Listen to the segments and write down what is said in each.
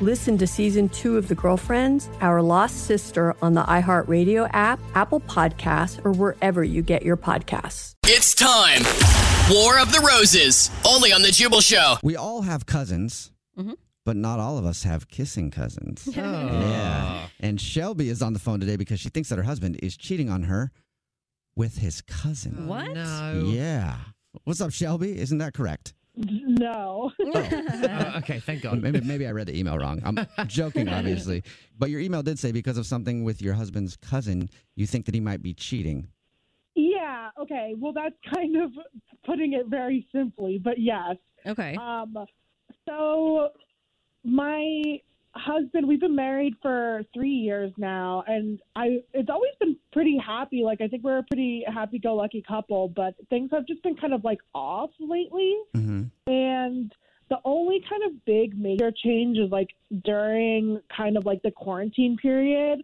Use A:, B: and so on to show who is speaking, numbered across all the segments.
A: Listen to season two of The Girlfriends, Our Lost Sister on the iHeartRadio app, Apple Podcasts, or wherever you get your podcasts.
B: It's time. War of the Roses, only on The Jubal Show.
C: We all have cousins,
D: Mm-hmm.
C: but not all of us have kissing cousins. Yeah. And Shelby is on the phone today because she thinks that her husband is cheating on her with his cousin.
D: Oh, What?
C: Yeah. What's up, Shelby? Isn't that correct?
E: No.
D: Oh, okay, thank God.
C: Maybe, maybe I read the email wrong. I'm joking, obviously. But your email did say because of something with your husband's cousin, you think that he might be cheating.
E: yeah. Okay. Well, that's kind of putting it very simply, but yes.
D: Okay.
E: Um, so, my husband, we've been married for three years now, and I it's always been pretty happy. Like I think we're a pretty happy-go-lucky couple, but things have just been kind of like off lately.
C: Mm-hmm.
E: And the only kind of big major change is like during kind of like the quarantine period,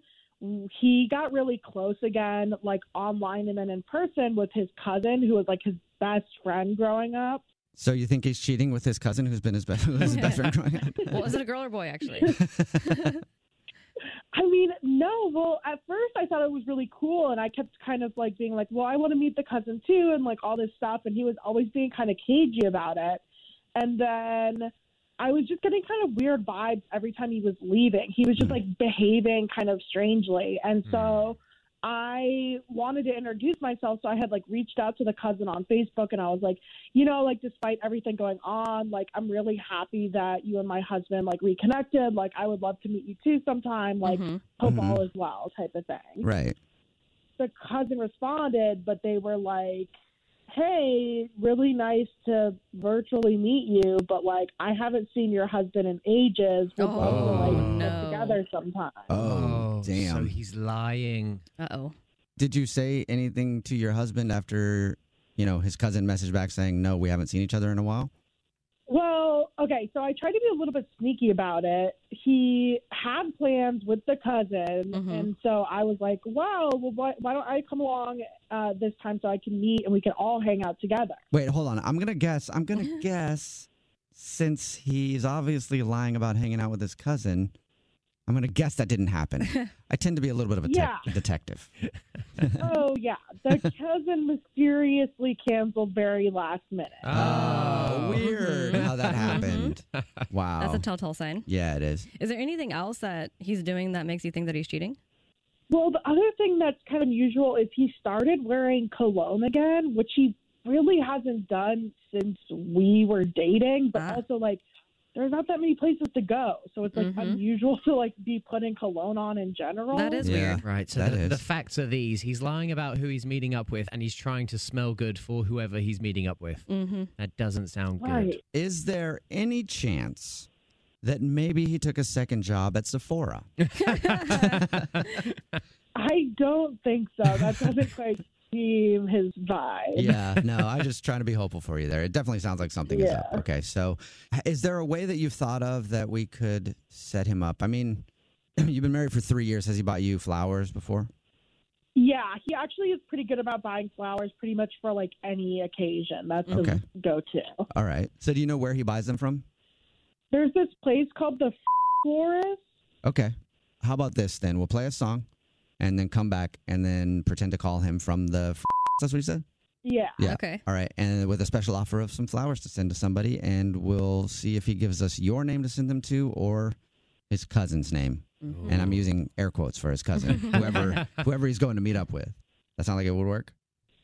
E: he got really close again, like online and then in person with his cousin, who was like his best friend growing up.
C: So you think he's cheating with his cousin who's been his best, his best friend growing up?
D: Well, was it a girl or boy, actually?
E: I mean, no, well, at first I thought it was really cool, and I kept kind of like being like, well, I want to meet the cousin too, and like all this stuff. And he was always being kind of cagey about it. And then I was just getting kind of weird vibes every time he was leaving. He was just like behaving kind of strangely. And so I wanted to introduce myself. So I had like reached out to the cousin on Facebook and I was like, you know, like despite everything going on, like I'm really happy that you and my husband like reconnected. Like I would love to meet you too sometime. Like
D: Mhm.
E: hope
C: Mhm.
E: all is well type of thing.
C: Right.
E: The cousin responded, but they were like, Hey, really nice to virtually meet you, but like I haven't seen your husband in ages. We'd love to
D: Oh,
E: like
D: no.
E: get together sometime.
C: Oh,
F: So
C: damn.
F: he's lying.
D: Uh oh.
C: Did you say anything to your husband after, you know, his cousin messaged back saying, no, we haven't seen each other in a while?
E: Well, okay, so I tried to be a little bit sneaky about it. He had plans with the cousin,
D: Mhm.
E: and so I was like, "Wow, well, why, why don't I come along uh, this time so I can meet and we can all hang out together?"
C: Wait, hold on. I'm gonna guess. I'm gonna guess since he's obviously lying about hanging out with his cousin. I'm gonna guess that didn't happen. I tend to be a little bit of a tec-
E: Yeah.
C: detective.
E: oh yeah, the cousin mysteriously canceled very last minute.
C: Oh, weird Mm-hmm. how that happened. Wow.
D: That's a telltale sign.
C: yeah, it is.
D: Is there anything else that he's doing that makes you think that he's cheating?
E: Well, the other thing that's kind of unusual is he started wearing cologne again, which he really hasn't done since we were dating. But
D: Ah.
E: also, like, there's not that many places to go, so it's like
D: Mhm.
E: unusual to like be putting cologne on in general.
D: That is
C: Yeah.
D: weird.
F: Right. So
C: That
F: the, the
C: is.
F: facts are these: he's lying about who he's meeting up with, and he's trying to smell good for whoever he's meeting up with.
D: Mm-hmm.
F: That doesn't sound good.
E: right.
C: Is there any chance that maybe he took a second job at Sephora?
E: I don't think so. That doesn't quite seem his vibe.
C: yeah, no, I'm just trying to be hopeful for you there. It definitely sounds like something is up.
E: Yeah.
C: Okay, so h- is there a way that you've thought of that we could set him up? I mean, you've been married for three years. Has he bought you flowers before?
E: Yeah, Yeah, he actually is pretty good about buying flowers pretty much for like any occasion. That's
C: Okay.
E: his go to.
C: All right. So do you know where he buys them from?
E: There's this place called the Florist.
C: Okay. How about this then? We'll play a song and then come back and then pretend to call him from the. F- that's what he said?
E: Yeah.
C: Yeah.
D: Okay.
C: All right. And with a special offer of some flowers to send to somebody. And we'll see if he gives us your name to send them to or his cousin's name. And I'm using air quotes for his cousin, whoever whoever he's going to meet up with. That sound like it would work?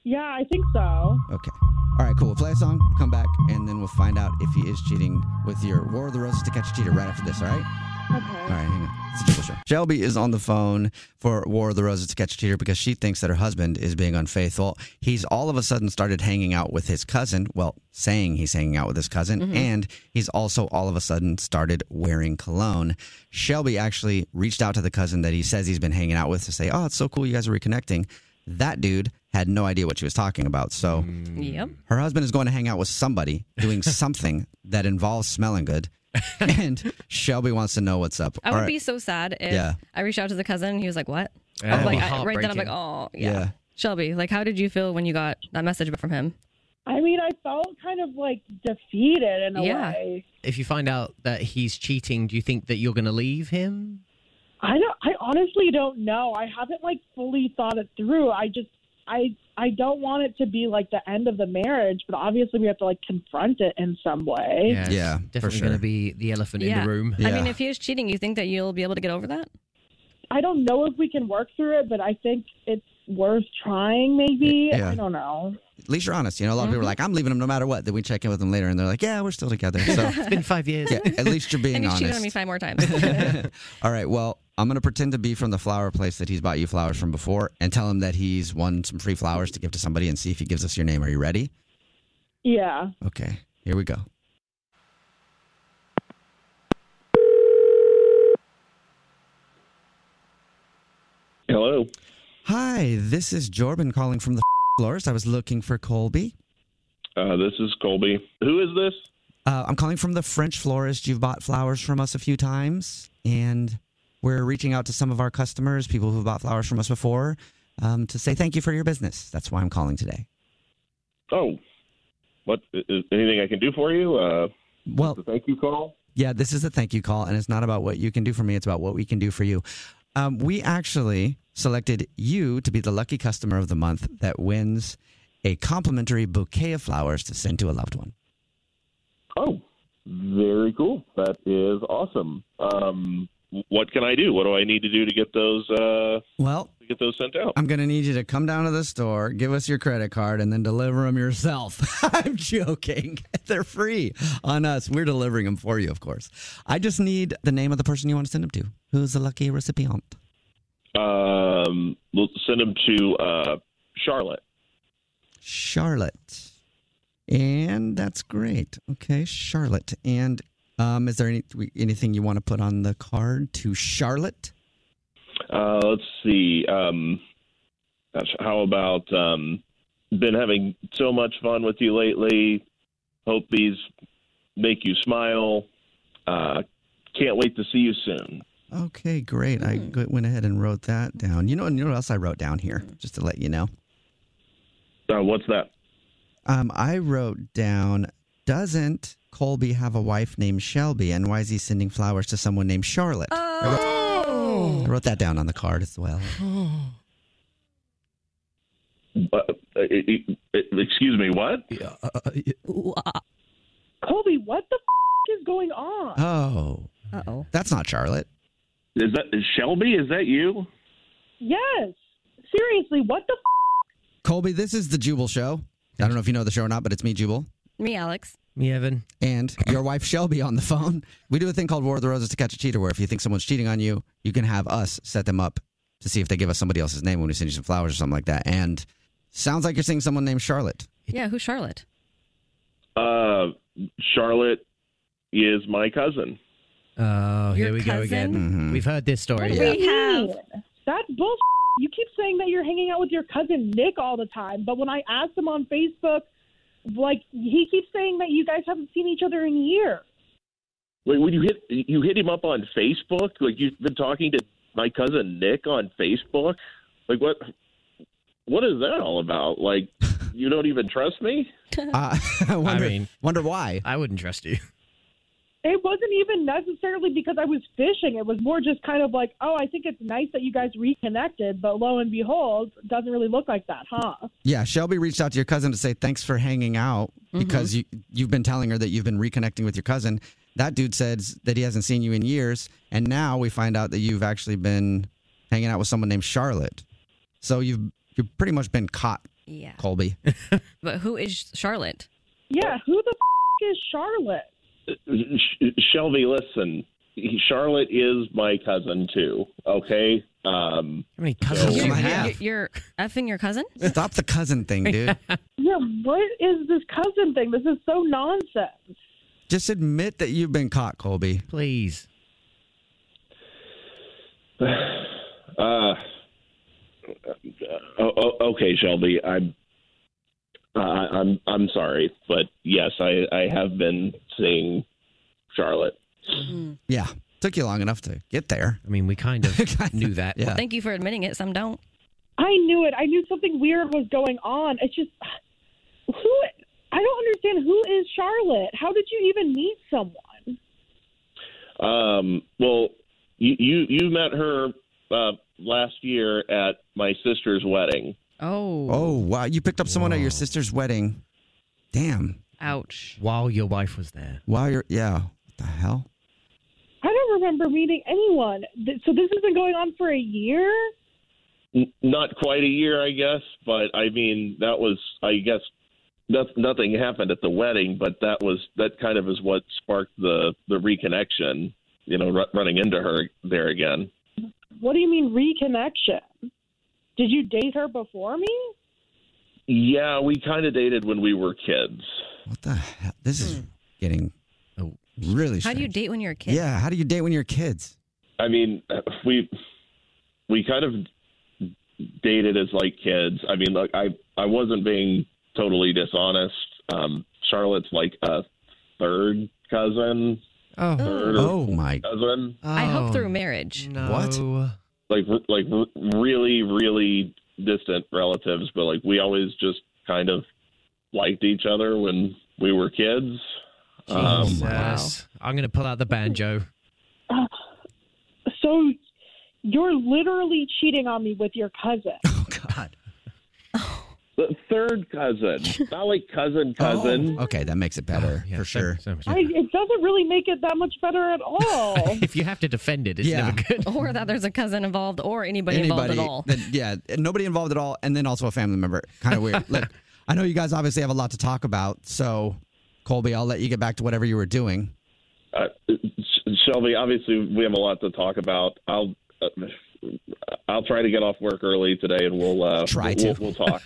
E: Yeah, I think so.
C: Okay. All right, cool. We'll play a song, come back, and then we'll find out if he is cheating with your War of the Roses to catch a cheater right after this, all right? All
E: Okay.
C: right, hang on. It's a Jubal show. Shelby is on the phone for War of the Roses to catch a cheater because she thinks that her husband is being unfaithful. He's all of a sudden started hanging out with his cousin. Well, saying he's hanging out with his cousin,
D: Mm-hmm.
C: and he's also all of a sudden started wearing cologne. Shelby actually reached out to the cousin that he says he's been hanging out with to say, "Oh, it's so cool, you guys are reconnecting." That dude had no idea what she was talking about, so
D: Yep.
C: her husband is going to hang out with somebody doing something that involves smelling good. and Shelby wants to know what's up.
D: I
C: All
D: would
C: right.
D: be so sad if
C: Yeah.
D: I reached out to the cousin and he was like, "What?"
G: Yeah,
D: I'm
G: that'd
D: like,
G: be
D: I, right then, I'm like, "Oh, yeah.
C: Yeah.
D: Shelby, like, how did you feel when you got that message from him?
E: I mean, I felt kind of like defeated in a
D: Yeah.
E: way.
F: If you find out that he's cheating, do you think that you're going to leave him?
E: I don't. I honestly don't know. I haven't like fully thought it through. I just, I, I don't want it to be like the end of the marriage, but obviously we have to like confront it in some way.
F: it's
C: Yeah, for
F: definitely
C: sure.
F: going to be the elephant
D: Yeah.
F: in the room.
C: Yeah.
D: I mean, if he is cheating, you think that you'll be able to get over that?
E: I don't know if we can work through it, but I think it's worth trying. Maybe
C: Yeah.
E: I don't know.
C: At least you're honest. You know, a lot of people are like, I'm leaving him no matter what. Then we check in with them later and they're like, yeah, we're still together. So
F: It's been five years.
C: yeah, at least you're being
D: and he's cheated on me
C: honest.
D: five more times.
H: Uh,
C: All right. Well, I'm going to pretend to be from the flower place that he's bought you flowers from before and tell him that he's won some free flowers to give to somebody and see if he gives us your name. Are you ready?
E: Yeah.
C: Okay. Here we go.
H: Hello.
C: Hi, this is Jordan calling from the florist. I was looking for Colby.
H: Uh, this is Colby. Who is this?
C: Uh, I'm calling from the French florist. You've bought flowers from us a few times, and we're reaching out to some of our customers, people who've bought flowers from us before, um, to say thank you for your business. That's why I'm calling today.
H: Oh, what is anything I can do for you? Uh,
C: Well,
H: the thank you call.
C: yeah, this is a thank you call, and it's not about what you can do for me, it's about what we can do for you. Um, we actually selected you to be the lucky customer of the month that wins a complimentary bouquet of flowers to send to a loved one.
H: Oh, very cool. That is awesome. Um, what can I do? What do I need to do to get those uh,
C: Well,
H: to get those sent out?
C: I'm going to need you to come down to the store, give us your credit card, and then deliver them yourself. I'm joking. They're free on us. We're delivering them for you, of course. I just need the name of the person you want to send them to. Who's the lucky recipient?
H: Um, we'll send them to uh, Charlotte.
C: Charlotte. And that's great. Okay, Charlotte. And um, is there any anything you want to put on the card to Charlotte?
H: Uh, let's see. Um, gosh, how about um, been having so much fun with you lately? Hope these make you smile. Uh, can't wait to see you soon.
C: Okay, great. I go- went ahead and wrote that down. You know, you know what else I wrote down here, just to let you know.
H: Uh, what's that?
C: Um, I wrote down, doesn't Colby have a wife named Shelby? And why is he sending flowers to someone named Charlotte? I, wrote, I wrote that down on the card as well.
H: Uh, e- e- excuse me. What?
E: Colby, what the f- is going on?
C: Oh,
D: Uh oh.
C: that's not Charlotte.
H: Is that is Shelby? Is that you?
E: Yes. Seriously, what the f-
C: Colby, this is the Jubal Show. I don't know if you know the show or not, but it's me, Jubal.
D: Me, Alex.
F: Me, Evan.
C: And your wife Shelby on the phone. We do a thing called War of the Roses to catch a cheater, where if you think someone's cheating on you, you can have us set them up to see if they give us somebody else's name when we send you some flowers or something like that. And sounds like you're seeing someone named Charlotte.
D: Yeah, who's Charlotte?
H: Uh, Charlotte is my cousin.
F: Oh, here
D: Your
F: we go again.
C: Hmm.
F: We've heard this story.
D: What do we have?
E: That's bullshit. You keep saying that you're hanging out with your cousin Nick all the time, but when I asked him on Facebook, like he keeps saying that you guys haven't seen each other in years.
H: Wait, when you hit you hit him up on Facebook? Like you've been talking to my cousin Nick on Facebook? Like what? what is that all about? Like, you don't even trust me?
C: Uh, I wonder,
F: mean-
C: wonder why.
F: I wouldn't trust you.
E: It wasn't even necessarily because I was fishing. It was more just kind of like, oh, I think it's nice that you guys reconnected, but lo and behold, it doesn't really look like that, huh?
C: Yeah, Shelby reached out to your cousin to say thanks for hanging out because you you've been telling her that you've been reconnecting with your cousin. That dude says that he hasn't seen you in years, and now we find out that you've actually been hanging out with someone named Charlotte. So you've you've pretty much been caught,
D: Yeah.
C: Colby.
D: But who is Charlotte?
E: Yeah, who the f- is Charlotte?
H: Sh- Shelby, listen, Charlotte is my cousin too. Okay, um,
F: How many cousins do
D: You're,
F: you
C: I
F: have?
D: you're, you're effing your cousin?
C: Stop the cousin thing, dude.
E: Yeah, what is this cousin thing? This is so nonsense.
C: Just admit that you've been caught, Colby.
F: Please.
H: uh, o- o- Oh, okay, Shelby, I'm, uh, I'm, I'm sorry, but yes, I, I have been seeing Charlotte.
C: Yeah, took you long enough to get there.
F: I mean, we kind of knew that.
C: Yeah.
D: Thank you for admitting it. Some don't.
E: I knew it. I knew something weird was going on. It's just who I don't understand who is Charlotte. How did you even meet someone?
H: Um, well, you, you, you met her uh, last year at my sister's wedding.
D: Oh.
C: Oh wow, you picked up someone at your
F: Whoa.
C: sister's wedding. Damn.
D: Ouch.
F: While your wife was there.
C: Wow, you're yeah. What the hell?
E: I don't remember meeting anyone. Th- So this has been going on for a year?
H: N- not quite a year, I guess, but I mean that was, I guess, noth- nothing happened at the wedding, but that was that kind of is what sparked the the reconnection. You know, r- running into her there again.
E: What do you mean reconnection? Did you date her before me?
H: Yeah, we kind of dated when we were kids.
C: What the hell? This is getting
F: Oh.
C: really.
D: How do you
C: strange.
D: date when you're a kid?
C: Yeah, how do you date when you're kids?
H: I mean, we we kind of dated as like kids. I mean, like I I wasn't being totally dishonest. Um, Charlotte's like a third cousin,
F: Oh.
H: third or
C: Oh my!
H: cousin.
D: I hope
F: Um,
D: through marriage.
F: No.
H: like r- like r- really really distant relatives, but like we always just kind of liked each other when we were kids. Um,
D: Oh,
F: Jesus. I'm going to pull out the banjo.
E: So you're literally cheating on me with your cousin.
C: Oh God!
H: the third cousin, not like cousin cousin.
C: Oh. Okay, that makes it better
F: Oh,
C: for sure.
E: I, it doesn't really make it that much better at all.
F: if you have to defend it, it's
C: Yeah.
F: never good.
D: Or that there's a cousin involved or anybody, involved at all.
C: that- yeah, nobody involved at all, and then also a family member. Kind of weird. Look, I know you guys obviously have a lot to talk about, so Colby, I'll let you get back to whatever you were doing.
H: Uh, Sh- Shelby, obviously we have a lot to talk about. I'll uh, I'll try to get off work early today, and we'll uh,
C: Try
H: we'll,
C: to.
H: we'll talk.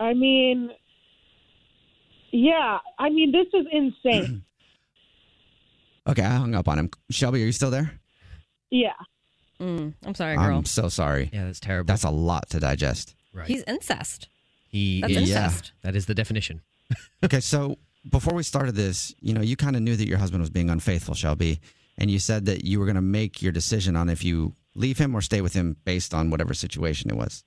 E: I mean, yeah. I mean, this is insane.
C: Okay, I hung up on him. Shelby, are you still there?
E: Yeah.
D: Mm, I'm sorry, girl.
C: I'm so sorry.
F: Yeah, that's terrible.
C: That's a lot to digest.
F: right.
D: He's incest.
F: he
D: That's
F: is.
C: Yeah.
D: incest.
F: That is the definition.
C: Okay, so before we started this, you know, you kind of knew that your husband was being unfaithful, Shelby, and you said that you were going to make your decision on if you leave him or stay with him based on whatever situation it was.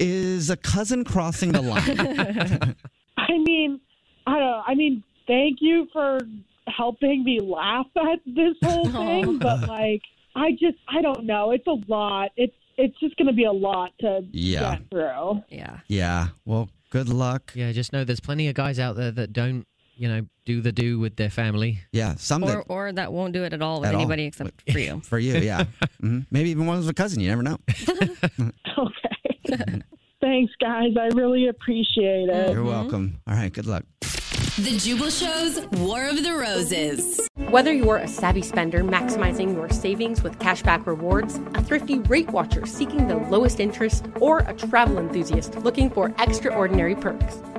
C: Is a cousin crossing the line?
E: I mean, I don't. I mean, thank you for helping me laugh at this whole thing, but like, I just, I don't know. It's a lot. It's, it's just going to be a lot to
C: Yeah.
E: get through.
D: Yeah.
C: yeah. Well, good luck. Yeah,
F: Yeah, just know there's plenty of guys out there that don't, you know, do the do with their family.
C: some
D: Or,
C: that
D: or that won't do it at all with
C: At all.
D: anybody except for you.
C: for you. Yeah. hmm Maybe even one was a cousin. You never know.
E: Okay. Thanks, guys. I really appreciate it.
C: You're welcome. All right. Good luck.
G: The Jubal Show's War of the Roses.
I: Whether you're a savvy spender maximizing your savings with cashback rewards, a thrifty rate watcher seeking the lowest interest, or a travel enthusiast looking for extraordinary perks,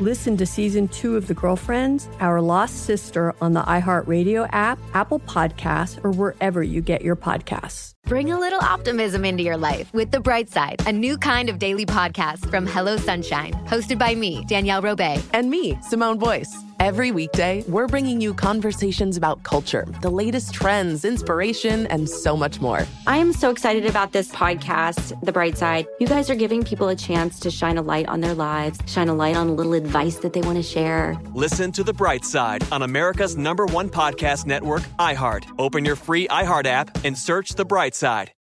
I: Listen to season two of The Girlfriends, Our Lost Sister on the iHeartRadio app, Apple Podcasts, or wherever you get your podcasts.
A: Bring a little optimism into your life with The Bright Side, a new kind of daily podcast from Hello Sunshine, hosted by me, Danielle Robay.
J: And me, Simone Boyce. Every weekday, we're bringing you conversations about culture, the latest trends, inspiration, and so much more.
K: I am so excited about this podcast, The Bright Side. You guys are giving people a chance to shine a light on their lives, shine a light on a little advice that they want to share.
L: Listen to The Bright Side on America's number one podcast network, iHeart. Open your free iHeart app and search The Bright Side.